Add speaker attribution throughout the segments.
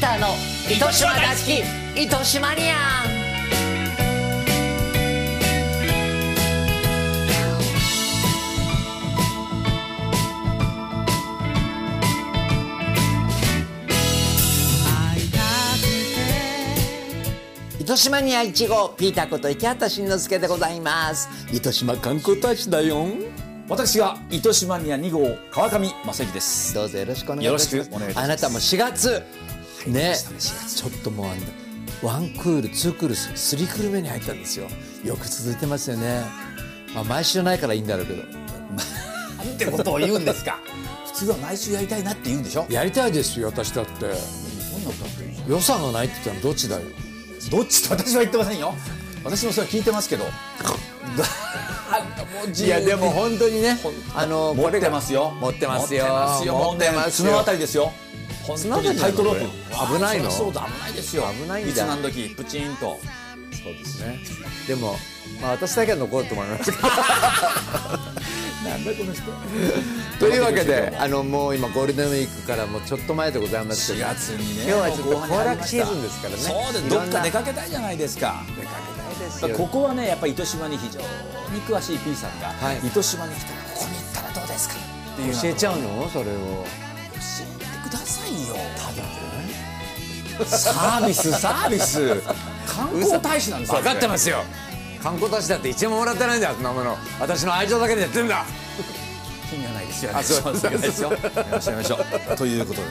Speaker 1: ターの糸島大好き糸島ニアン糸島に愛知号ピーターこと池畑慎之介でございます糸島観光大使だよ
Speaker 2: 私が糸島ニア2号川上正樹です。
Speaker 1: どうぞよろしくお願いいたしま
Speaker 2: よろ
Speaker 1: す
Speaker 2: しくお願いいたします
Speaker 1: あなたも4月ね
Speaker 2: ましたね4月
Speaker 1: ちょっともうあのワンクールツークールスリークール目に入ったんですよよく続いてますよねまあ毎週ないからいいんだろうけど
Speaker 2: なんてことを言うんですか。 普通は毎週やりたいなって言うんでしょ。
Speaker 1: やりたいですよ私だって
Speaker 2: そんなことっていい
Speaker 1: 予算がないって言ったのどっちだよ
Speaker 2: どっちと私は言ってませんよ。私もそれは聞いてますけど。
Speaker 1: いやでも本当にねあの
Speaker 2: 持ってますよ。
Speaker 1: 持ってますよ
Speaker 2: 持ってますよ。
Speaker 1: 持ってますよ
Speaker 2: もうね角あたりですよ。本
Speaker 1: 角あたりなの
Speaker 2: タイトロープ
Speaker 1: こ。れ危ないの
Speaker 2: そうだ危ないですよ。
Speaker 1: 危ないんだ
Speaker 2: いつ何時プチンと。
Speaker 1: そうですねでも、まあ、私だけは 残ると思いますけど
Speaker 2: なんだこの 人。
Speaker 1: というわけであのもう今ゴールデンウィークからもうちょっと前でございます
Speaker 2: 4
Speaker 1: けど
Speaker 2: 月にね。
Speaker 1: 今日はちょっと
Speaker 2: 後半に入りました
Speaker 1: 行楽シーズンですからね
Speaker 2: そうです。
Speaker 1: いろ
Speaker 2: ど
Speaker 1: んな
Speaker 2: っか出かけたいじゃないですか。出かけたいです
Speaker 1: よ
Speaker 2: ここはねやっぱり糸島に非常に詳しい P さんが、
Speaker 1: はい
Speaker 2: 糸島に来たらここに行ったらどうですかっていうような
Speaker 1: 教えちゃうのそれを
Speaker 2: 教えてくださいよサービスサービス観光大使なんです
Speaker 1: 分かって
Speaker 2: す
Speaker 1: ますよ観光大使だって一円ももらってないんだよそんなもの私の愛情だけでやってるんだ
Speaker 2: 品がないですよ
Speaker 1: あそう
Speaker 2: 品がないですよよろしくお願いしますということで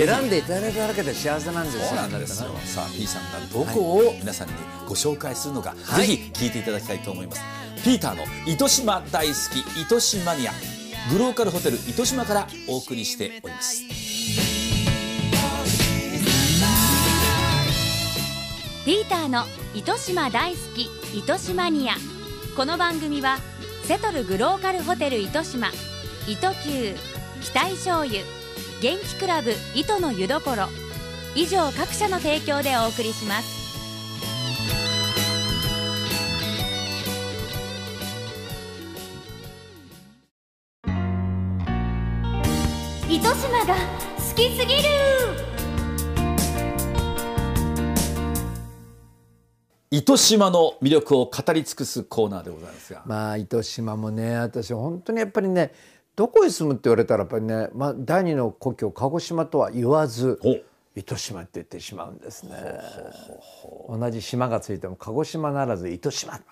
Speaker 2: ね
Speaker 1: 選んでいただいただけで幸せなんですよ
Speaker 2: そうなんですよさあ P さんがどこを皆さんにご紹介するのか、
Speaker 1: はい
Speaker 2: ぜひ聞いていただきたいと思いますピーターの糸島大好き糸島ニアグローカルホテル糸島からお送りしております
Speaker 3: ピーターの糸島大好き糸島ニアこの番組はセトルグローカルホテル糸島糸球期待醤油元気クラブ糸の湯どころ以上各社の提供でお送りします糸島が好きすぎる
Speaker 2: 糸島の魅力を語り尽くすコーナーでございますが、
Speaker 1: まあ糸島もね私本当にやっぱりねどこへ住むって言われたらやっぱりね、まあ、第二の故郷鹿児島とは言わず
Speaker 2: お
Speaker 1: 糸島って言ってしまうんですね同じ島がついても鹿児島ならず糸島って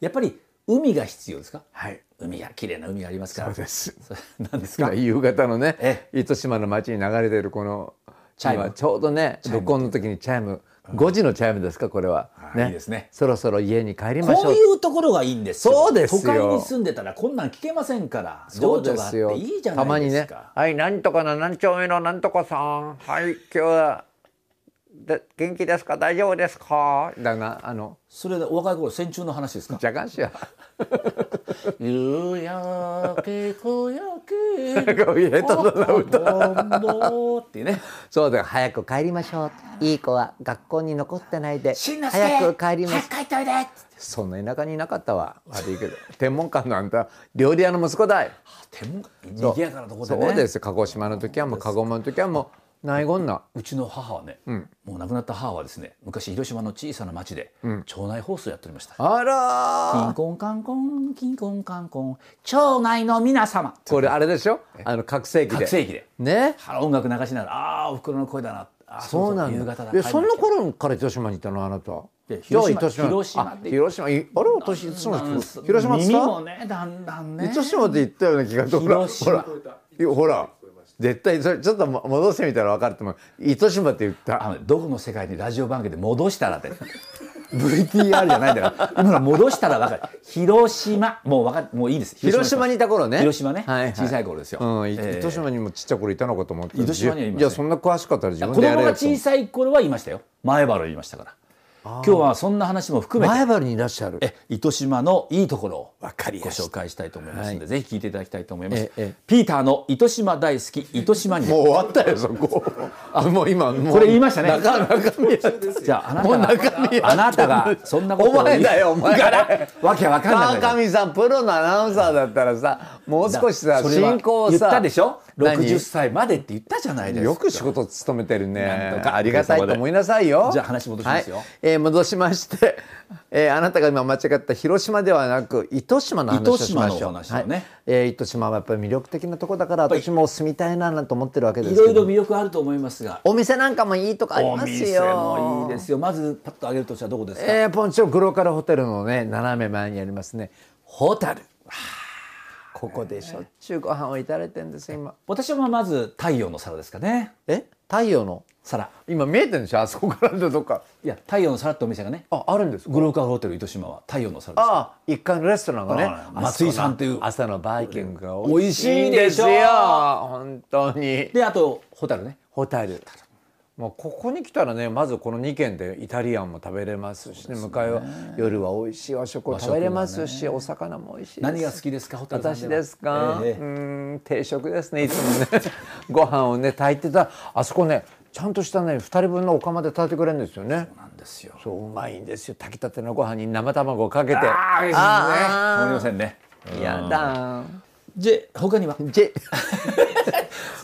Speaker 2: やっぱり海が必要ですか
Speaker 1: はい
Speaker 2: 海が綺麗な海がありますか
Speaker 1: そ
Speaker 2: ら
Speaker 1: う です
Speaker 2: それ何ですか
Speaker 1: 今夕方のね
Speaker 2: え
Speaker 1: 糸島の町に流れてるこの
Speaker 2: チャイム
Speaker 1: 今ちょうどね録音の時にチャイム5時のチャイムですかこれは
Speaker 2: あいいですね
Speaker 1: そろそろ家に帰りましょ
Speaker 2: こ
Speaker 1: う
Speaker 2: ういうところがいいんですよ
Speaker 1: そうですよ
Speaker 2: 都会に住んでたらこんなん聞けませんから
Speaker 1: そう
Speaker 2: 情緒
Speaker 1: で
Speaker 2: があっ
Speaker 1: す
Speaker 2: て
Speaker 1: よ
Speaker 2: いいじゃ
Speaker 1: たま
Speaker 2: ない
Speaker 1: に
Speaker 2: です
Speaker 1: ね
Speaker 2: か
Speaker 1: 「はいなんとかの何丁目のなんとかさんはい今日はで元気ですか大丈夫ですか?」だがあの
Speaker 2: それでお若い頃戦中の話ですか
Speaker 1: じゃがんしや
Speaker 2: 夕焼け小焼け
Speaker 1: なんか言えたな
Speaker 2: 歌っていうね
Speaker 1: そうだよ早く帰りましょういい子は学校に残ってないで
Speaker 2: しんのすけ
Speaker 1: 早く帰りま
Speaker 2: 早
Speaker 1: す
Speaker 2: く帰っておいで
Speaker 1: そんな田舎にいなかったわ悪いけど 天文館のあんた料理屋の息子だい
Speaker 2: 手も
Speaker 1: そう
Speaker 2: 賑やかなとこでね
Speaker 1: そうですよ鹿児島の時はもう鹿児島の時はもうないごん な
Speaker 2: うちの母はね、もう亡くなった母はですね昔広島の小さな町で町内放送やっておりました、
Speaker 1: あ
Speaker 2: キン
Speaker 1: らー
Speaker 2: コンカンコンキンコンカンコン町内の皆様
Speaker 1: これあれでしょあの覚醒器で
Speaker 2: 覚醒器で
Speaker 1: ね
Speaker 2: あ音楽流しながらああお袋の声だなあー
Speaker 1: そうなんだ
Speaker 2: 夕方だ
Speaker 1: いやそんな
Speaker 2: 帰って
Speaker 1: 頃から糸島にいたのあなた
Speaker 2: や
Speaker 1: じゃあ
Speaker 2: 広島
Speaker 1: 糸島
Speaker 2: 広島
Speaker 1: あ
Speaker 2: で
Speaker 1: 広島いあれ私いつも広島っつっ
Speaker 2: 耳も
Speaker 1: た
Speaker 2: ねだんだんね
Speaker 1: 糸島って言ったような気がほら
Speaker 2: 広
Speaker 1: ほ
Speaker 2: 島
Speaker 1: らいやほら絶対それちょっとも戻してみたら分かると思う糸島って言っ
Speaker 2: あ
Speaker 1: た
Speaker 2: のどこの世界にラジオ番組で戻したらって
Speaker 1: VTR じゃないんだから
Speaker 2: 今の戻したらわかる広島もうわかもういいです
Speaker 1: 広島にいた頃ね
Speaker 2: 広島ね、
Speaker 1: はいはい
Speaker 2: 小さい頃ですよ、
Speaker 1: うん、い
Speaker 2: えー
Speaker 1: 糸島にもちっちゃい頃いたのかと思って
Speaker 2: 糸島にはいません
Speaker 1: いやそんな詳しかったら自分
Speaker 2: 子
Speaker 1: でや
Speaker 2: 供
Speaker 1: れ
Speaker 2: が
Speaker 1: よと思
Speaker 2: 小
Speaker 1: って
Speaker 2: さい頃は言いましたよ前原言いましたから今日はそんな話も含めて
Speaker 1: 前原にいらっしゃる
Speaker 2: え糸島のいいところを
Speaker 1: わかり
Speaker 2: ご
Speaker 1: やすい
Speaker 2: 紹介したいと思いますので、ぜひ聞いていただきたいと思います、
Speaker 1: ええ
Speaker 2: ピーターの糸島大好き糸島に
Speaker 1: もう終わったよそこあもう今もう
Speaker 2: これ言いましたね
Speaker 1: 中中身
Speaker 2: じゃああな
Speaker 1: もう
Speaker 2: た
Speaker 1: 中身
Speaker 2: があなたがそんなことを
Speaker 1: お前だよお前
Speaker 2: 言いわけわかんない
Speaker 1: 川上さんプロのアナウンサーだったらさもう少しさ
Speaker 2: それは
Speaker 1: 進行をさ
Speaker 2: 言ったでしょ
Speaker 1: 何
Speaker 2: 60歳までって言ったじゃないですか
Speaker 1: よく仕事務めてるね
Speaker 2: なんとか
Speaker 1: ありがたいと思いなさいよ
Speaker 2: じゃあ話戻しますよ
Speaker 1: はいえー戻しまして、 えーあなたが今間違った広島ではなく糸島の話をしましょう
Speaker 2: 糸島のお話をね
Speaker 1: はいえー糸島はやっぱり魅力的なとこだから
Speaker 2: ぱり
Speaker 1: 私も住みたいななんて思ってるわけです
Speaker 2: い
Speaker 1: けど
Speaker 2: ろいろ魅力あると思いますが
Speaker 1: お店なんかもいいとこあり
Speaker 2: お
Speaker 1: ますよ
Speaker 2: 店もいいですよまずパッと挙げるとしたらどこですか、
Speaker 1: えー、ポンチョグローカルホテルのね斜め前にありますねホタルここでしょっちゅうご飯をいただいてるんですよ今
Speaker 2: 私はまず太陽の皿ですかね
Speaker 1: え太陽の
Speaker 2: 皿
Speaker 1: 今見えてるんでしょあそこからどっか
Speaker 2: いや太陽の皿ってお店がね
Speaker 1: ああるんですか
Speaker 2: グローカーホテル糸島は太陽の皿です
Speaker 1: ああ一階のレストランがね
Speaker 2: ああ松井さんっていう
Speaker 1: 朝のバイキングが
Speaker 2: 美味
Speaker 1: 美味い
Speaker 2: しいでしょ
Speaker 1: んですよ本当に
Speaker 2: であとホタルね
Speaker 1: ホタルもうここに来たらねまずこの2軒でイタリアンも食べれますしね向かいは夜は美味しい和食を食べれますし、お魚も美味しいです
Speaker 2: 何が好きですかホタルさん
Speaker 1: 私ですか、
Speaker 2: ええ
Speaker 1: うーん定食ですねいつもね ご飯をね炊いてたあそこねちゃんとしたね2人分のお釜で炊いてくれるんですよね
Speaker 2: なんですよ
Speaker 1: そううまいんですよ炊きたてのご飯に生卵をかけて
Speaker 2: ああいいですね
Speaker 1: あ
Speaker 2: わかりませんね
Speaker 1: やだ
Speaker 2: で他には
Speaker 1: じ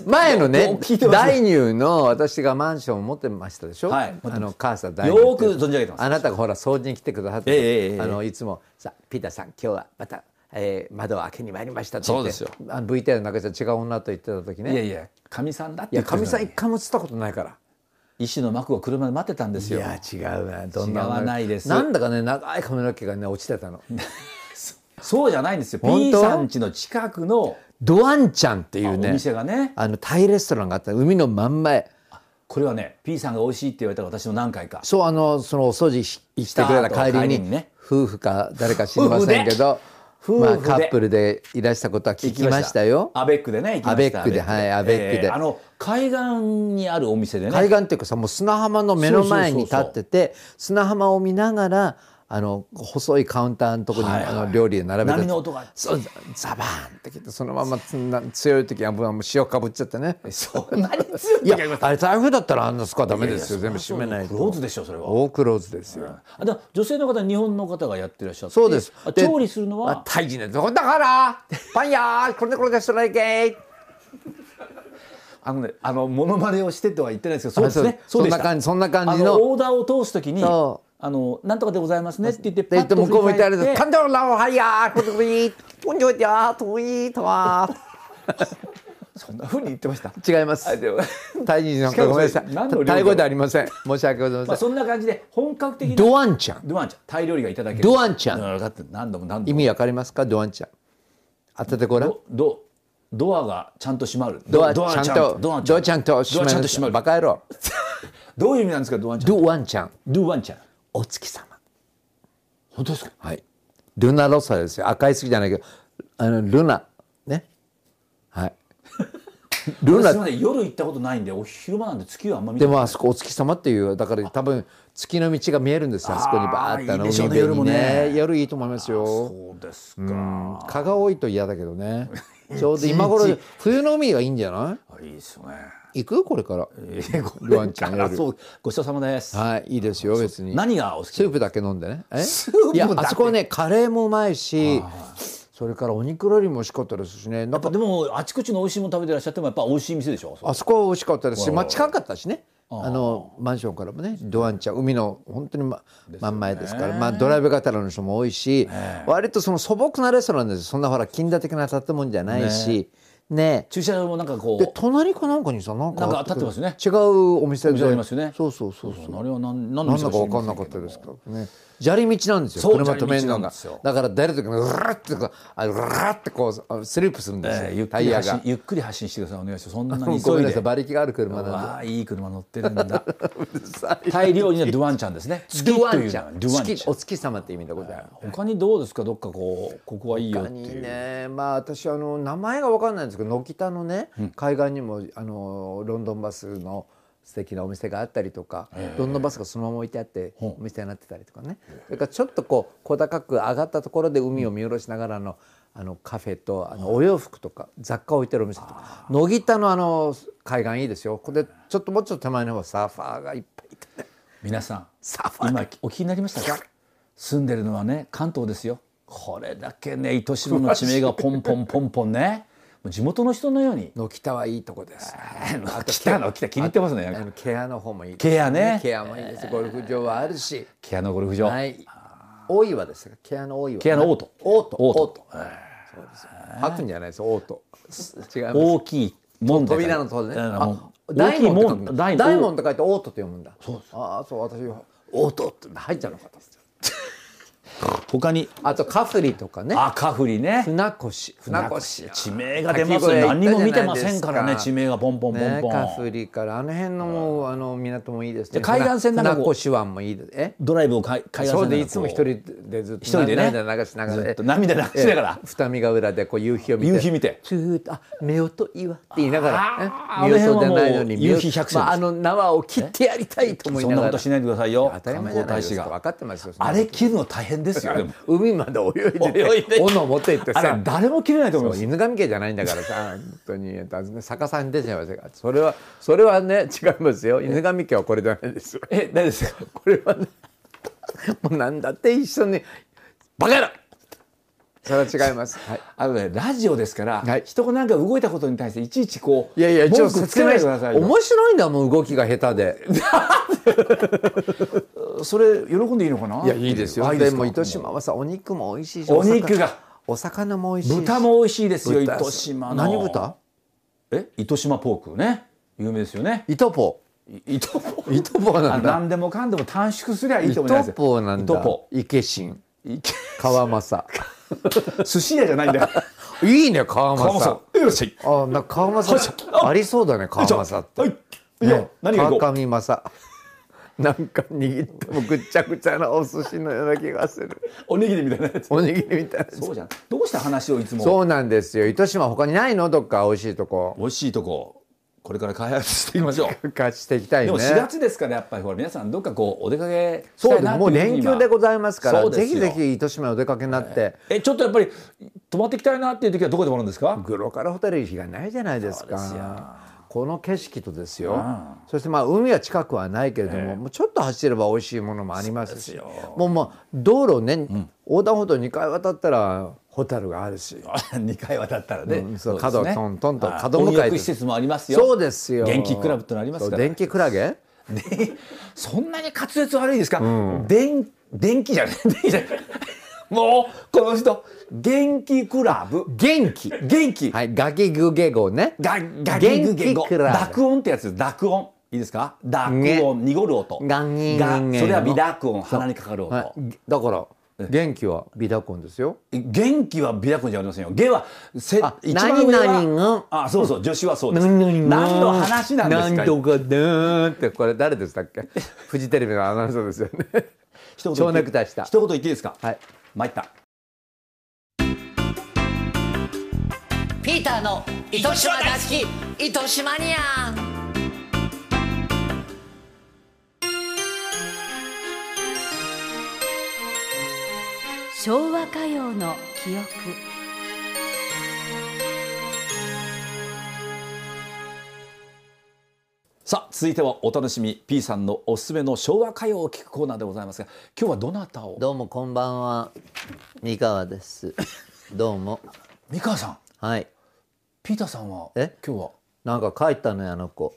Speaker 1: 前の
Speaker 2: もう
Speaker 1: ね
Speaker 2: 聞いてます
Speaker 1: 大乳の私がマンションを持ってましたでしょ、
Speaker 2: はい
Speaker 1: あの母さん大乳
Speaker 2: よーく存じ上げてます
Speaker 1: あなたがほら掃除に来てくださって、
Speaker 2: ええええええ
Speaker 1: あのいつも「さあピーターさん今日はまた、えー窓を開けに参りました」って言って
Speaker 2: そうです
Speaker 1: よあ VTR の中で違う女と言ってた時ね
Speaker 2: いやいやかみさんだって
Speaker 1: い
Speaker 2: 言
Speaker 1: や
Speaker 2: って
Speaker 1: か
Speaker 2: るの
Speaker 1: みさ
Speaker 2: に
Speaker 1: ん一回も映ったことないから。
Speaker 2: 石の幕を車で待ってたんです
Speaker 1: い
Speaker 2: よ
Speaker 1: や違うなどんな
Speaker 2: 違わないです
Speaker 1: なんだかね長い髪の毛がね落ちてたの
Speaker 2: そうじゃないんですよ
Speaker 1: 本
Speaker 2: P
Speaker 1: 当
Speaker 2: さん家の近くの
Speaker 1: ドアンちゃんっていう
Speaker 2: お
Speaker 1: ね
Speaker 2: 店がね
Speaker 1: あのタイレストランがあった海の真ん前
Speaker 2: これはね P さんが美味しいって言われたら私も何回か
Speaker 1: そうあのそのお掃除ししてくれた帰りに
Speaker 2: 帰りにね
Speaker 1: 夫婦か誰か知りませんけど
Speaker 2: 夫婦で
Speaker 1: ま
Speaker 2: 夫
Speaker 1: あ、
Speaker 2: 婦で
Speaker 1: カップルでいらしたことは聞きましたよ
Speaker 2: アベックでね行きました
Speaker 1: アベックではいアベックで
Speaker 2: えーあの海岸にあるお店でね
Speaker 1: 海岸っていうかさもう砂浜の目の前に立ってて砂浜を見ながらあの細いカウンターのとこに、
Speaker 2: はいはい
Speaker 1: あの料理を並べて
Speaker 2: 波の音が
Speaker 1: そうザバーンってきてそのままつな強い時はもう塩かぶっちゃってね
Speaker 2: そんなに強い
Speaker 1: いやあれ台風だったらあんなそこはダメですよ全部閉めない
Speaker 2: クロー
Speaker 1: と
Speaker 2: ズでしょそれは
Speaker 1: 大クローズですよ、
Speaker 2: あだから女性の方日本の方がやってらっしゃって
Speaker 1: そうです
Speaker 2: あ
Speaker 1: で
Speaker 2: 調理するのは
Speaker 1: タイ人ですだからパン屋ーこれでこれでストライケ
Speaker 2: あのねあのモノマネをしてとは言ってないですけどそうですね
Speaker 1: あそう
Speaker 2: う
Speaker 1: そん
Speaker 2: でし
Speaker 1: な
Speaker 2: た
Speaker 1: 感じそんな感じの
Speaker 2: あオーダーを通すときに
Speaker 1: そ
Speaker 2: あのなんとかでございますねって言ってパ
Speaker 1: で
Speaker 2: ッと
Speaker 1: 向こう向いてあれ
Speaker 2: 振
Speaker 1: で
Speaker 2: り
Speaker 1: 「カ
Speaker 2: 返っ
Speaker 1: ンドラオハイヤーこれでこれでこんにちはトイトワ
Speaker 2: そんな風に言ってました
Speaker 1: ー」違います
Speaker 2: あでも
Speaker 1: タイ人なんかごめんなさい
Speaker 2: しかもそれ何の料理
Speaker 1: タイ語ではありません申し訳ございま
Speaker 2: まあ
Speaker 1: せん
Speaker 2: そんな感じで本格的な
Speaker 1: ドワンちゃん
Speaker 2: ドワンちゃんタイ料理がいただける
Speaker 1: ドワンちゃん
Speaker 2: だからだって何度も何度
Speaker 1: 意
Speaker 2: も
Speaker 1: 味わかりますかドワンちゃん当ててごらん
Speaker 2: ドドドアがちゃんと閉まる
Speaker 1: ドアち
Speaker 2: ド
Speaker 1: ゃ
Speaker 2: ア
Speaker 1: ん
Speaker 2: ちゃん
Speaker 1: と
Speaker 2: ドア
Speaker 1: ドアちゃんと
Speaker 2: ドアちゃんと閉まる
Speaker 1: バカ野郎
Speaker 2: どういう意味なんですかドアンちゃん
Speaker 1: ドワンちゃん
Speaker 2: ドワンちゃん
Speaker 1: お月様
Speaker 2: 本当ですか
Speaker 1: はいルナロッサですよ赤い好きじゃないけどあのルナねはい ルナ
Speaker 2: すみません夜行ったことないんでお昼間なんで月はあんま見
Speaker 1: で
Speaker 2: て
Speaker 1: もあそこお月様っていうだから多分月の道が見えるんですよあそこにバーってあの
Speaker 2: いいでしょう
Speaker 1: 海辺に
Speaker 2: ね夜も
Speaker 1: ね
Speaker 2: ね
Speaker 1: 夜いいと思いますよ
Speaker 2: そうですか
Speaker 1: 蚊が多いと嫌だけど ねちょうど今頃
Speaker 2: いちいち
Speaker 1: 冬の海がいいんじゃない
Speaker 2: あいいですね
Speaker 1: 行くこれからワンちゃん
Speaker 2: あ
Speaker 1: 夜
Speaker 2: そうごちそうさまです
Speaker 1: はいいいですよ別に
Speaker 2: 何がお好き
Speaker 1: スープだけ飲んでねえ
Speaker 2: スープだけ
Speaker 1: いやあそこねカレーもうまいしそれからお肉料理も美味しかったですしねなんか
Speaker 2: でもあちこちの美味しいもの食べてらっしゃってもやっぱ美味しい店でしょ
Speaker 1: あそこは美味しかったですし、まあ、近かったしね。あのマンションからもねドアンちゃん海の本当に、ま真ん前ですから、まあ、ドライブ型の人も多いし、割とその素朴なレストランですそんなほら近代的な建物じゃないしね
Speaker 2: 駐車場もなんかこ
Speaker 1: で
Speaker 2: う
Speaker 1: 隣かなんかにさなんか
Speaker 2: なんか立ってますよね
Speaker 1: 違うお店で
Speaker 2: 店ありますよね
Speaker 1: そうそうそうそう
Speaker 2: あれは何何の
Speaker 1: 何
Speaker 2: 店
Speaker 1: だか分かんなかったですからね砂利道なんですよ
Speaker 2: そう
Speaker 1: 車止める
Speaker 2: 砂利道
Speaker 1: の
Speaker 2: なんで
Speaker 1: が
Speaker 2: すよ
Speaker 1: だから出る時にうらってこうあうらってこうあスリープするんですよ、
Speaker 2: えーゆっく
Speaker 1: タ
Speaker 2: り
Speaker 1: イヤ
Speaker 2: 発信
Speaker 1: が。
Speaker 2: ゆっくり発信してくださいお願いしますそんな
Speaker 1: ごめ
Speaker 2: に急
Speaker 1: ん
Speaker 2: い
Speaker 1: なさい
Speaker 2: で
Speaker 1: 馬力がある車なんで
Speaker 2: わあいい車乗ってるん だタイ料理のドゥワンちゃんですね月というのはドゥワンち
Speaker 1: 月
Speaker 2: ゃ
Speaker 1: お
Speaker 2: ん
Speaker 1: 月様って意味でございます。
Speaker 2: 他にどうですかどっかこうここはいいよっ
Speaker 1: 他
Speaker 2: て
Speaker 1: に
Speaker 2: いう
Speaker 1: ね、まあ私あの名前がわかんないんですけど、軒北のね、海岸にもあのロンドンバスの素敵なお店があったりとか、どんなバスがそのまま置いてあってお店になってたりとかね、それからちょっとこう小高く上がったところで海を見下ろしながらの,、あのカフェとあのお洋服とか雑貨を置いてるお店とか乃木田のあの海岸いいですよこれちょっともうちょっと手前の方サーファーがいっぱいいてね
Speaker 2: 皆さん
Speaker 1: サーファー
Speaker 2: 今お聞きになりましたか住んでるのはね関東ですよこれだけね糸島の地名がポンポンポンポンねもう地元の人のように
Speaker 1: 軒田はいいとこです
Speaker 2: 北の北気に入ってます
Speaker 1: あ
Speaker 2: ね
Speaker 1: のケアの方もいいです
Speaker 2: ケアね
Speaker 1: ケアもいいですゴルフ場はあるし
Speaker 2: ケアのゴルフ場、
Speaker 1: はい大岩ですかケアの大岩
Speaker 2: ケアの大戸
Speaker 1: オート
Speaker 2: 大
Speaker 1: そ
Speaker 2: 戸
Speaker 1: うですよ吐くんじゃないですよオート違います
Speaker 2: 大きい門で
Speaker 1: 扉のとね。
Speaker 2: うん
Speaker 1: あ
Speaker 2: もう大
Speaker 1: 大
Speaker 2: きい
Speaker 1: 門って書く
Speaker 2: 門
Speaker 1: んだ
Speaker 2: 大
Speaker 1: 大
Speaker 2: 門
Speaker 1: 門って書いてオートって読むんだ。ああ、そう、私オートって入っちゃうのかと。
Speaker 2: 他に
Speaker 1: あとカフリとかね。
Speaker 2: あカフリね
Speaker 1: 船越。船越。
Speaker 2: 地名が出ます
Speaker 1: かき
Speaker 2: ね
Speaker 1: 小屋行った
Speaker 2: 何
Speaker 1: じゃないですか
Speaker 2: も見てませんからね地名がポンポンポン
Speaker 1: ね、
Speaker 2: ポ
Speaker 1: カ
Speaker 2: ン
Speaker 1: フリからあの辺のもうあの港もいいですね。
Speaker 2: で海岸線なんかこう
Speaker 1: 船越湾もいいです。え？
Speaker 2: ドライブを海海岸
Speaker 1: そう
Speaker 2: 線
Speaker 1: で
Speaker 2: ないんかこ
Speaker 1: つも一人でずっと
Speaker 2: 一人でね
Speaker 1: 涙流しながら
Speaker 2: ずっと涙流しながら
Speaker 1: ええ二見ヶ浦でこう夕日を見て
Speaker 2: 夕日見て
Speaker 1: チューッとあ目音いいわって言いながら
Speaker 2: あー
Speaker 1: え
Speaker 2: あの辺はもう
Speaker 1: 見ようとないのに
Speaker 2: 夕日百選
Speaker 1: まあ、あの縄を切ってやりたいと思い
Speaker 2: そん
Speaker 1: な
Speaker 2: な
Speaker 1: が
Speaker 2: こ
Speaker 1: ら
Speaker 2: としないでくださいよ
Speaker 1: 当たり
Speaker 2: 観
Speaker 1: 前じゃな
Speaker 2: 光
Speaker 1: いで
Speaker 2: 大使
Speaker 1: すか分
Speaker 2: が
Speaker 1: かってますよ
Speaker 2: あれ切るの大変ですよでも
Speaker 1: 海まで泳いで
Speaker 2: 泳いで
Speaker 1: て斧持って行って
Speaker 2: あ
Speaker 1: さ
Speaker 2: れ誰も切れないと思います
Speaker 1: 犬神家じゃないんだ からさ本当に逆さに出ちゃいますからそれはそれはね違いますよ犬神家はこれじゃないですよ
Speaker 2: え何ですか
Speaker 1: これはねもうなんだって一緒にバカ野郎それは違います、はい、
Speaker 2: あのねラジオですから、
Speaker 1: はい
Speaker 2: 人がなんか動いたことに対していちいちこう
Speaker 1: いやいや一応
Speaker 2: 文句つけないでくださいよ
Speaker 1: 面白いんだもん動きが下手で
Speaker 2: それ喜んでいいのかない
Speaker 1: いやいいですよ
Speaker 2: あ
Speaker 1: でも
Speaker 2: か
Speaker 1: 糸島はさお肉も美味しいし
Speaker 2: お肉が
Speaker 1: お魚お魚も美味しいし
Speaker 2: 豚も美味しいですよ
Speaker 1: 豚
Speaker 2: 糸島の
Speaker 1: 何豚
Speaker 2: え糸島ポークね有名ですよね
Speaker 1: 糸ポ
Speaker 2: い糸ポーク
Speaker 1: 糸ポな
Speaker 2: あ
Speaker 1: んだ
Speaker 2: 何でもかんでも短縮すりゃいい
Speaker 1: 糸
Speaker 2: と思いますよ
Speaker 1: ポなん
Speaker 2: 糸
Speaker 1: だ
Speaker 2: ポ
Speaker 1: 池新
Speaker 2: ーいけ
Speaker 1: 川政
Speaker 2: 寿司屋じゃ ないん だよ
Speaker 1: いいね川
Speaker 2: 川本さ
Speaker 1: 政
Speaker 2: んいらっしゃい
Speaker 1: あなんか川政ありそうだね川政って
Speaker 2: はいいや、何がいこ
Speaker 1: 川
Speaker 2: う
Speaker 1: 上政 なんか握ってもぐっちゃぐちゃなお寿司のような気がする
Speaker 2: おにぎりみたいなやつ
Speaker 1: おにぎりみたいな
Speaker 2: そうじゃんどうして話をいつも
Speaker 1: そうなんですよ糸島他にないのどっか美味しいとこ
Speaker 2: 美味しいとここれから開発していきましょう
Speaker 1: 勝ちしていきたい
Speaker 2: で
Speaker 1: ね
Speaker 2: も4月ですからやっぱりほら皆さんどっかこうお出かけした
Speaker 1: そう
Speaker 2: い
Speaker 1: で
Speaker 2: な
Speaker 1: す
Speaker 2: っ
Speaker 1: も
Speaker 2: ていううふうに
Speaker 1: 連
Speaker 2: 今
Speaker 1: 休でございますから
Speaker 2: そうです
Speaker 1: ぜ
Speaker 2: よ
Speaker 1: ひぜひ糸島へお出かけになって、
Speaker 2: えちょっとやっぱり泊まってきたいなっていう時はどこで泊まるんですか
Speaker 1: グロカルホテル行きがないじゃないです
Speaker 2: そうですよ
Speaker 1: かこの景色とですよ、
Speaker 2: うん
Speaker 1: そしてまあ海は近くはないけれども,、もうちょっと走れば美味しいものもありますしもうもう道路ね、横断歩道2回渡ったらホタルがあるし、
Speaker 2: 2回渡ったらね、
Speaker 1: うんそう
Speaker 2: ですね
Speaker 1: 角トントンと
Speaker 2: あ
Speaker 1: 角向かい
Speaker 2: 温浴施設もありますよ
Speaker 1: そうですよ
Speaker 2: 電気クラブってのありますか
Speaker 1: そう
Speaker 2: ら
Speaker 1: 電気クラゲ
Speaker 2: でそんなに滑舌悪いですか、電電気じゃない電気じゃないもうこの人元気クラブ
Speaker 1: 元気
Speaker 2: 元気、
Speaker 1: はいガキグゲゴね
Speaker 2: ががげぐげご
Speaker 1: 元気クラブ
Speaker 2: 濁音ってやつ濁音いいですか濁音濁る音
Speaker 1: がに
Speaker 2: が
Speaker 1: にに
Speaker 2: それは微濁音鼻にかかる音、
Speaker 1: はい、だから元気は美濁音ですよ
Speaker 2: 元気は美濁音じゃありませんよ。下はせ
Speaker 1: あ
Speaker 2: 一番上は
Speaker 1: 何々が
Speaker 2: あそうそう女子はそうです。
Speaker 1: 何々が
Speaker 2: 何の話なんですか。
Speaker 1: 何とかだーんってこれ誰でしたっけフジテレビのアナウンサーですよね
Speaker 2: 一言
Speaker 1: 蝶
Speaker 2: 言
Speaker 1: ネ
Speaker 2: っ
Speaker 1: ク
Speaker 2: て
Speaker 1: タイした
Speaker 2: 一言言っていいですか。
Speaker 1: はい
Speaker 2: 参った。
Speaker 4: ピーターの糸島大好き糸島ニアン
Speaker 3: 昭和歌謡の記憶
Speaker 2: さあ続いてはお楽しみ P さんのおすすめの昭和歌謡を聞くコーナーでございますが今日はどなたを
Speaker 1: どうもこんばんは三河ですどうも
Speaker 2: 三河さん
Speaker 1: はい
Speaker 2: ピーターさんは今
Speaker 1: え
Speaker 2: 日は
Speaker 1: なんか書いたのよあの子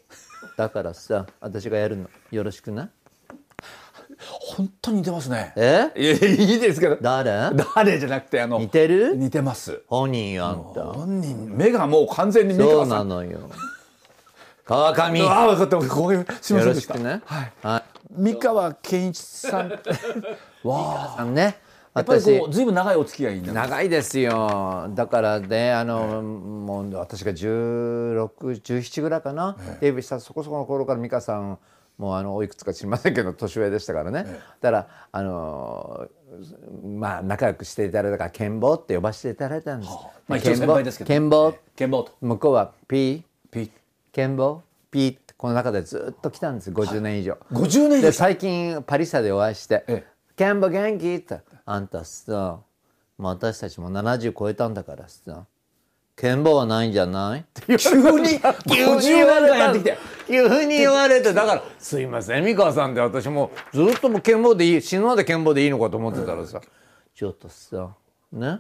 Speaker 1: だからさ私がやるのよろしくな
Speaker 2: 本当に似てますね。
Speaker 1: え
Speaker 2: いやいいですけど
Speaker 1: 誰
Speaker 2: 誰じゃなくてあの
Speaker 1: 似てる
Speaker 2: 似てます。
Speaker 1: 本人よあんた
Speaker 2: 本人目がもう完全に三
Speaker 1: そう
Speaker 2: 河さ。
Speaker 1: なんのよ川上
Speaker 2: あ
Speaker 1: よ
Speaker 2: あ分かったこういうすみません
Speaker 1: ろ
Speaker 2: で
Speaker 1: し
Speaker 2: した
Speaker 1: く。ね
Speaker 2: はい。
Speaker 1: は
Speaker 2: 三河健一さん わあ
Speaker 1: いあのね
Speaker 2: やっぱり
Speaker 1: 私
Speaker 2: こうずいぶん長いお付き合いになる
Speaker 1: 長いですよだからねあの、もう私が1617ぐらいかな、デビューしたそこそこの頃から美香さんもうあのおいくつか知りませんけど年上でしたからね、だからあのまあ仲良くしていただいたから「健坊」って呼ばせていただいたんです。
Speaker 2: まあ一応
Speaker 1: 健
Speaker 2: 先
Speaker 1: 坊
Speaker 2: 輩ですけど
Speaker 1: 健坊
Speaker 2: 剣ボート
Speaker 1: 向こうは「ピー」
Speaker 2: ピ
Speaker 1: 「健坊」「ピー」ってこの中でずっと来たんです50年以上、
Speaker 2: 50年以
Speaker 1: で
Speaker 2: 上
Speaker 1: 最近パリサでお会いして
Speaker 2: え
Speaker 1: 「ケンバ元気?」って「あんたさもう私たちも70超えたんだからさケンバはないんじゃない?」って言
Speaker 2: 急に50年間やってきて
Speaker 1: 急に言われてだから「すいません美川さん」って私もずっともう剣棒でいい死ぬまで剣棒でいいのかと思ってたらさ「ちょっとさね」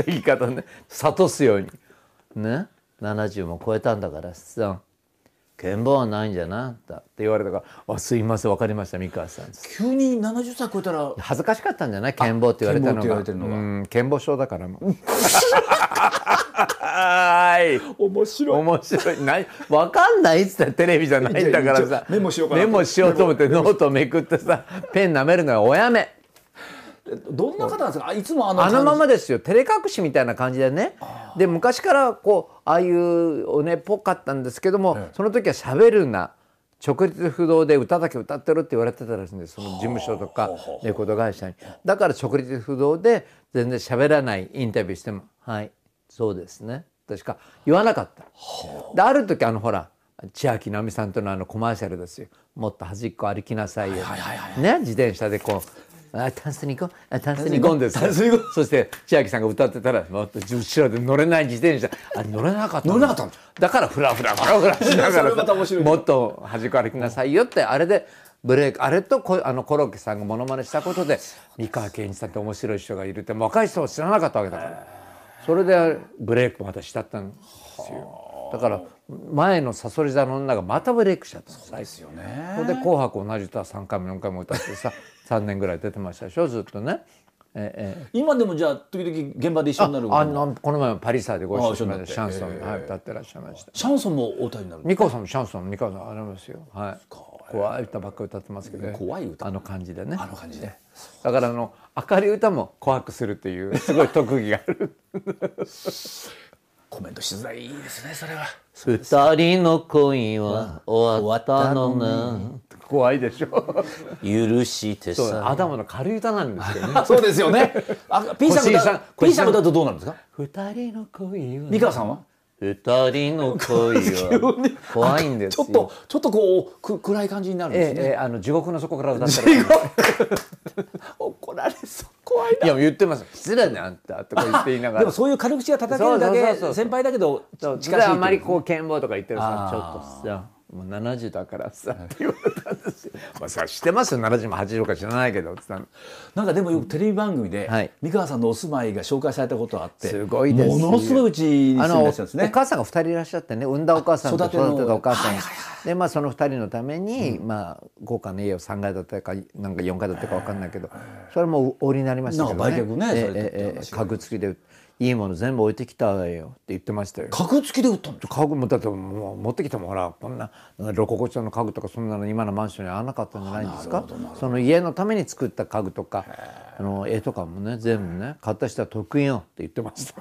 Speaker 1: って言い方ね諭すように「ね70も超えたんだからさ剣棒はないんじゃない?」だって言われたから「あすいませんわかりました美川さん」
Speaker 2: 急に70歳超えたら
Speaker 1: 恥ずかしかったんじゃない剣棒って言われたの
Speaker 2: 剣棒
Speaker 1: が
Speaker 2: って言われてるのが
Speaker 1: うん剣棒症だからもう はい
Speaker 2: 面白い
Speaker 1: 面白いないわかんないっつったらテレビじゃないんだから
Speaker 2: じゃ
Speaker 1: さ
Speaker 2: あ一応メモしようかな
Speaker 1: メモしようと思ってノートめくってさペン舐めるのはおやめ
Speaker 2: どんな方なんですかあいつもあの
Speaker 1: あのま
Speaker 2: 感
Speaker 1: まですよ照れ隠しみたいな感じでねで昔からこうああいうおねっぽかったんですけども、その時は「しゃべるな」直立不動で歌だけ歌ってるって言われてたらしいんですその事務所とかレコード会社にだから直立不動で全然喋らないインタビューしても「はいそうですね」としか言わなかったである時あのほら千秋直美さんとのあのコマーシャルですよもっと端っこ歩きなさいよ、ね自転車でこう「あタンスに行こうあタンスに行こう」です
Speaker 2: タンスに行こ
Speaker 1: そして千秋さんが歌ってたらまた後ろで乗れない自転車あれ乗れなかった
Speaker 2: 乗れなかったんだ
Speaker 1: だからフラフラフラフラしなが
Speaker 2: それまた面白
Speaker 1: ら
Speaker 2: い
Speaker 1: もっと端っこ歩きなさいよってあれでブレイクあれとこあのコロッケさんがモノマネしたことで三河健一さんって面白い人がいるって若い人は知らなかったわけだからそれでブレイクまたしちゃったんですよだから前のサソリ座の女がまたブレイクしちゃったんです
Speaker 2: じですよね
Speaker 1: それで「紅白」同じ歌3回も4回も歌ってさ3 年ぐらい出てましたでしょずっとね。ええ
Speaker 2: 今でもじゃあ時々現場で一緒になる
Speaker 1: あのこの前もパリサーでご一
Speaker 2: あ
Speaker 1: 緒
Speaker 2: 一緒
Speaker 1: し
Speaker 2: に
Speaker 1: ま
Speaker 2: なっ
Speaker 1: してたシャンソン、はい、歌ってらっしゃいました。
Speaker 2: シャンソンもお歌いになる
Speaker 1: 美川さんもシャンソンも美川さんありますよ。はい。怖い歌ばっかり歌ってますけど、
Speaker 2: 怖い歌
Speaker 1: あの感じでね。
Speaker 2: あの感じで
Speaker 1: だからあの明るい歌も怖くするという すごい特技がある。
Speaker 2: コメントしづらいですねそれは
Speaker 1: 二人の恋は終わったのね。怖いでしょ。
Speaker 2: 許して
Speaker 1: そうアダムの軽い歌なんです よね。
Speaker 2: そうですよねあ P さん
Speaker 1: 越井さん
Speaker 2: 歌 P さん歌うとどうなるんですか
Speaker 1: 二人の恋は
Speaker 2: 美川さんは
Speaker 1: 二人の恋 は怖いんです
Speaker 2: ちょ
Speaker 1: よ。
Speaker 2: っとちょっとこうく暗い感じになるん
Speaker 1: え
Speaker 2: です
Speaker 1: え
Speaker 2: ね、
Speaker 1: ええあの地獄の底から歌ってる。
Speaker 2: 怒られそう怖 い
Speaker 1: いや言ってます失礼ねあんたとか言って言いながら
Speaker 2: でもそういう軽口が叩ける
Speaker 1: そう
Speaker 2: だ
Speaker 1: そう
Speaker 2: け
Speaker 1: そうそう
Speaker 2: 先輩だけど近し
Speaker 1: そ
Speaker 2: いってい
Speaker 1: れ
Speaker 2: う
Speaker 1: はあまりこう剣棒とか言ってるさ
Speaker 2: あ
Speaker 1: ちょっとさもう70だからさって言われたんですよ。まあさ知ってますよ70も80か知らないけどって言った
Speaker 2: なんかでもよくテレビ番組で、
Speaker 1: はい
Speaker 2: 三河さんのお住まいが紹介されたことあって
Speaker 1: すごいですよ
Speaker 2: ものすごいうちに
Speaker 1: あ
Speaker 2: 住
Speaker 1: の
Speaker 2: んでら
Speaker 1: お
Speaker 2: っしゃるんですね
Speaker 1: 母さんが2人いらっしゃってね産んだお母さんと
Speaker 2: あ育
Speaker 1: 育
Speaker 2: て
Speaker 1: て
Speaker 2: の
Speaker 1: たお母さん
Speaker 2: はい
Speaker 1: が
Speaker 2: はい
Speaker 1: でまあその2人のためにまあ豪華な家を3階だったかなんか4階だったか分かんないけどそれもお売りになりましたけどね
Speaker 2: なんか売却ね
Speaker 1: ええ
Speaker 2: されて
Speaker 1: え
Speaker 2: って
Speaker 1: えええ
Speaker 2: 話が
Speaker 1: 家具付きでいいもの全部置いてきたわよって言ってましたよ
Speaker 2: 格付きで売ったんですか
Speaker 1: 家具もだってもう持ってきてもほらこんなロココ調の家具とかそんなの今のマンションに合わなかったんじゃないんですかその家のために作った家具とかあの絵とかもね全部ね買った人は得意よって言ってました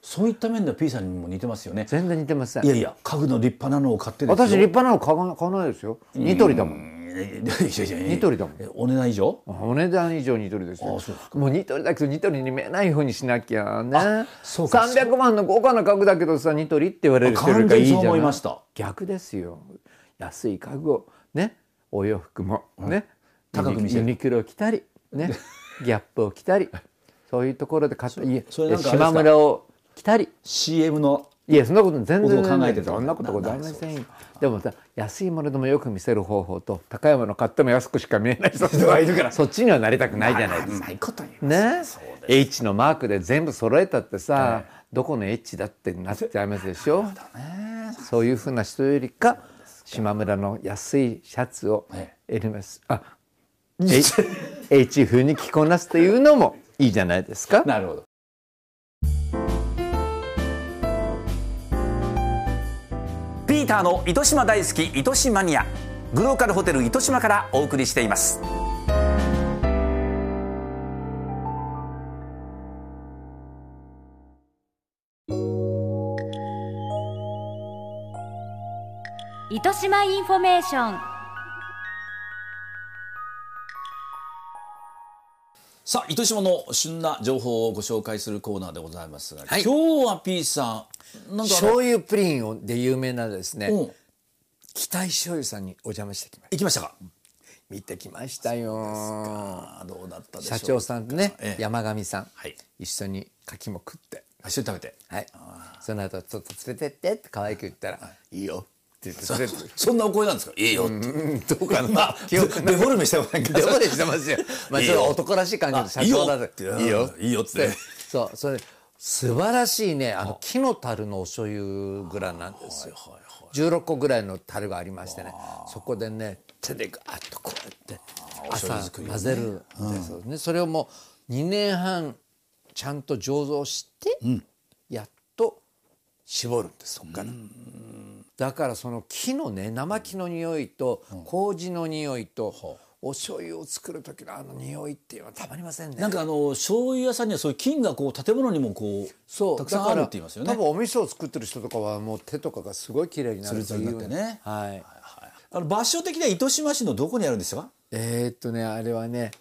Speaker 2: そういった面では P さんにも似てますよね
Speaker 1: 全然似てません
Speaker 2: いやいや家具の立派なのを買ってですよ
Speaker 1: 私立派なの買わな買わないですよニトリだもん
Speaker 2: いやいやいやいや
Speaker 1: ニトリだもん
Speaker 2: えお値段以上
Speaker 1: お値段以上ニトリですよ
Speaker 2: あそうです
Speaker 1: もうニトリだけどニトリに見えないふうにしなきゃね
Speaker 2: そうか
Speaker 1: 300万の豪華な家具だけどさニトリって言われる人より
Speaker 2: 完
Speaker 1: かい
Speaker 2: 全
Speaker 1: い
Speaker 2: に
Speaker 1: じ
Speaker 2: そ
Speaker 1: ゃ
Speaker 2: う
Speaker 1: ない
Speaker 2: 思いました
Speaker 1: 逆ですよ安い家具をねお洋服もね、
Speaker 2: 高く見せる
Speaker 1: ユニクロを着たり ねギャップを着たりそういうところで買ったいえ
Speaker 2: それなんかあれですか
Speaker 1: 島村を着たり
Speaker 2: CM の
Speaker 1: いやそんなこと全然
Speaker 2: 僕も考えてた
Speaker 1: そんなことございませんよでもさ安いものでもよく見せる方法と高いもの買っても安くしか見えない人がいる からそっちにはなりたくないじゃないですか
Speaker 2: うまいこと言う
Speaker 1: ね、H のマークで全部揃えたってさ、どこの H だってなっちゃいますでしょそういうふうな人よりか島村の安いシャツを
Speaker 2: え
Speaker 1: エルメスあ H, H 風に着こなすというのもいいじゃないですか。
Speaker 2: なるほど
Speaker 5: ピーターの糸島大好き糸島マニアグローカルホテル糸島からお送りしています
Speaker 3: 糸島インフォメーション
Speaker 2: さあ糸島の旬な情報をご紹介するコーナーでございますが、今日は P さんなんかあの
Speaker 1: 醤油プリンをで有名なですね、
Speaker 2: うん
Speaker 1: 北井醤油さんにお邪魔してきました
Speaker 2: 行きましたか
Speaker 1: 見てきましたよ
Speaker 2: あどうだったでしょう
Speaker 1: 社長さんとね、
Speaker 2: ええ
Speaker 1: 山上さん、
Speaker 2: はい
Speaker 1: 一緒に柿も食って
Speaker 2: 一緒に食べて
Speaker 1: はいその後ちょっと連れてってって可愛く言ったら「いいよ」って言って
Speaker 2: そ
Speaker 1: 連れてって
Speaker 2: そんなお声なんですかいいよってどうかな まあデ
Speaker 1: 記
Speaker 2: フ
Speaker 1: 憶
Speaker 2: ォルメしてもらえんけど
Speaker 1: デフォルメしてますよまあ
Speaker 2: いい
Speaker 1: ちょっと男らしい感じで
Speaker 2: あ
Speaker 1: 社長だと
Speaker 2: いいよいいよっつって
Speaker 1: でそうそれ素晴らしいねあの木の樽のお醤油蔵なんですよ16個ぐらいの樽がありましてねそこでね手でガーッとこうやって朝混ぜるんですよねそれをもう2年半ちゃんと醸造してやっと絞るんですそっから。だからその木のね生木の匂いと麹の匂いとお醤油を作る時のあの匂いっていうのはたまりませんね。
Speaker 2: なんかあの醤油屋さんにはそういう菌がこう建物にもこう
Speaker 1: そう
Speaker 2: たくさんあるって言いますよね
Speaker 1: だから多分お味噌を作ってる人とかはもう手とかがすごい綺麗になる
Speaker 2: ツルツルになってね
Speaker 1: はい。
Speaker 2: あの場所的には糸島市のどこにあるんですか
Speaker 1: えー、っとねあれはね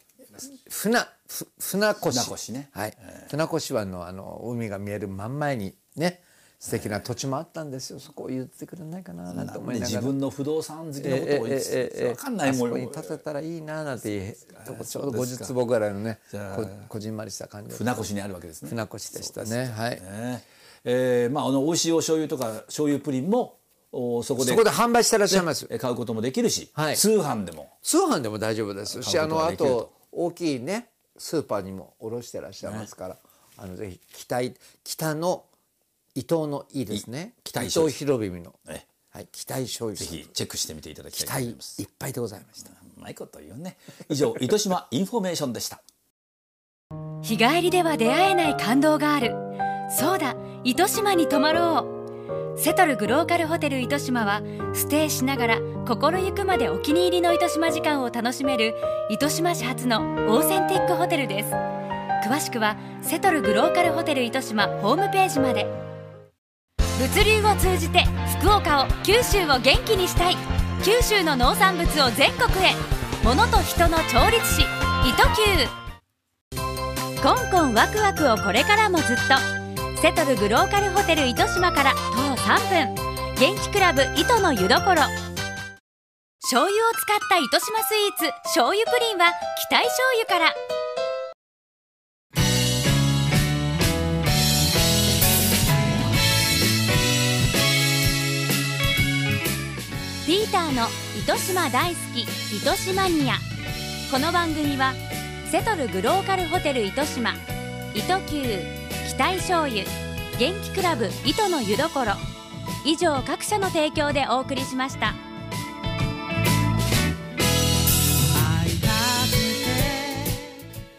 Speaker 1: 船ふ船越
Speaker 2: 船越ね
Speaker 1: はい、船越湾のあの海が見える真ん前にね素敵な土地もあったんですよそこを譲ってくれないかななんて思いながら。
Speaker 2: 自分の不動産好き
Speaker 1: え
Speaker 2: なことを言
Speaker 1: え
Speaker 2: って
Speaker 1: ええええ
Speaker 2: 分かんない
Speaker 1: あそ
Speaker 2: も
Speaker 1: こ
Speaker 2: ん
Speaker 1: に
Speaker 2: よ
Speaker 1: 建てたらいいななんていうとこちょうど50坪ぐらいのね
Speaker 2: ゃあ
Speaker 1: ここじんまりした感じ
Speaker 2: 船越にあるわけですね
Speaker 1: 船越でしたねはい
Speaker 2: ねえーまああの美味しいお醤油とか醤油プリンもおそこで
Speaker 1: そこで販売してらっしゃいます
Speaker 2: え買うこともできるし、
Speaker 1: はい
Speaker 2: 通販でも
Speaker 1: 通販でも大丈夫ですし
Speaker 2: 買
Speaker 1: あ
Speaker 2: うこと
Speaker 1: の
Speaker 2: が
Speaker 1: あ
Speaker 2: できると
Speaker 1: と大きいねスーパーにも卸してらっしゃいますからあのぜひ北い北の伊藤のいいですね
Speaker 2: い北井
Speaker 1: 伊
Speaker 2: 醤
Speaker 1: 藤
Speaker 2: 油
Speaker 1: 博文の
Speaker 2: え
Speaker 1: はい北井醤油
Speaker 2: ぜ
Speaker 1: さん
Speaker 2: ひチェックしてみていただきたいと
Speaker 1: 北井
Speaker 2: 思
Speaker 1: い
Speaker 2: います
Speaker 1: っぱいでございました
Speaker 2: うまいこと言うね以上糸島インフォメーションでした
Speaker 3: 日帰りでは出会えない感動があるそうだ糸島に泊まろうセトルグローカルホテル糸島はステイしながら心ゆくまでお気に入りの糸島時間を楽しめる糸島市発のオーセンティックホテルです詳しくはセトルグローカルホテル糸島ホームページまで物流を通じて福岡を九州を元気にしたい九州の農産物を全国へ物と人の調律師糸球コンコンワクワクをこれからもずっとセトルグローカルホテル糸島から徒歩3分元気クラブ糸の湯どころ醤油を使った糸島スイーツ醤油プリンは期待醤油からピーターの糸島大好き糸島ニアこの番組はセトルグローカルホテル糸島糸球期待醤油元気クラブ糸の湯どころ以上各社の提供でお送りしました。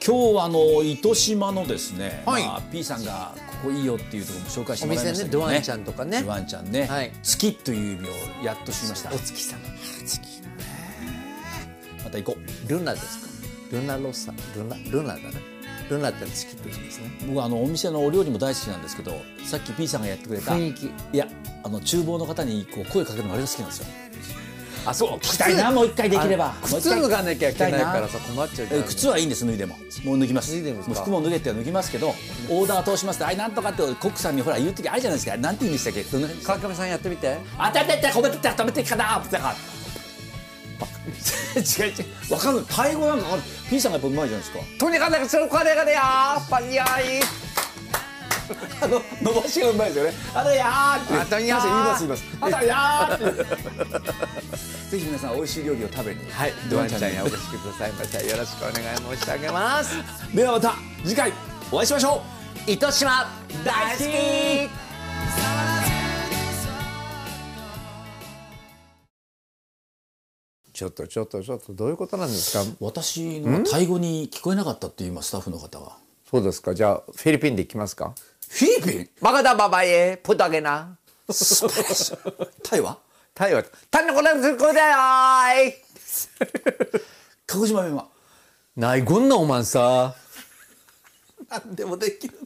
Speaker 2: 今日はあの糸島のですね、
Speaker 1: はい
Speaker 2: まあ、P さんがここいいよっていうところも紹介して
Speaker 1: お
Speaker 2: もらいま
Speaker 1: 店
Speaker 2: した
Speaker 1: ね
Speaker 2: けどね
Speaker 1: ドアンちゃんとかね
Speaker 2: ワンちゃんね、
Speaker 1: はい
Speaker 2: 月という指をやっと知りました
Speaker 1: お月様
Speaker 2: また行こ
Speaker 1: ルナですかルナロッサルナルナだねルナって月って言うんですね
Speaker 2: う僕あのお店のお料理も大好きなんですけどさっき P さんがやってくれた
Speaker 1: 雰囲気
Speaker 2: いやあの厨房の方にこう声かけるのあれが好きなんですよ
Speaker 1: あそう
Speaker 2: 聞きたいなもう一回できればもう一
Speaker 1: 靴
Speaker 2: 回
Speaker 1: 脱がなきゃいけないからさ困っちゃうじゃ
Speaker 2: え
Speaker 1: ん
Speaker 2: 靴はいいんです脱いでももう脱ぎます
Speaker 1: 脱いでますか
Speaker 2: もう服も脱げっては脱ぎますけどオーダー通しますってあれなんとかってコックさんにほら言う時あるじゃないですかなんて言うんでしたっけどんな感じ
Speaker 1: 川上さんやってみて
Speaker 2: あたたた止めてた止めてきたなってか 違う違うわかんないタイ語なんかある P さんがやっぱうまいじゃないですか
Speaker 1: とにかくそこでがでやっぱりやい
Speaker 2: あの伸ばしがうまいですよねあたやーって
Speaker 1: あたやー
Speaker 2: 言います言いますあたやーって ぜひ皆さん美味しい料理を食べに
Speaker 1: はい、ドアンちゃんにお越しくださいました。よろしくお願い申し上げます。
Speaker 2: ではまた次回お会いしましょう
Speaker 1: 糸島大好き。ちょっとちょっとちょっとどういうことなんですか。
Speaker 2: 私のタイ語に聞こえなかったって今スタッフの方が
Speaker 1: そうですか。じゃあフィリピンで行きますか。
Speaker 2: フィリピン
Speaker 1: マガダババイエプタゲ ナ。
Speaker 2: タイは
Speaker 1: タイはタのこれずこだよーい。
Speaker 2: 鹿児島弁は
Speaker 1: ないこんなおまんさ。
Speaker 2: 何でもできる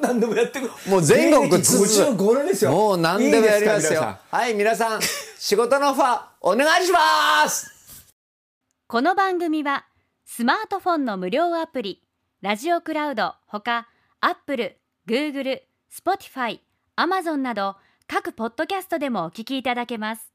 Speaker 2: な何でもやってくる
Speaker 1: もう全国つつ
Speaker 2: 55年ですよ
Speaker 1: もう何でもやります
Speaker 2: いいで
Speaker 1: よ
Speaker 2: か皆さん
Speaker 1: はい皆さん仕事のオファーお願いします
Speaker 3: この番組はスマートフォンの無料アプリラジオクラウドほかアップル、グーグル、スポティファイ、アマゾンなど各ポッドキャストでもお聞きいただけます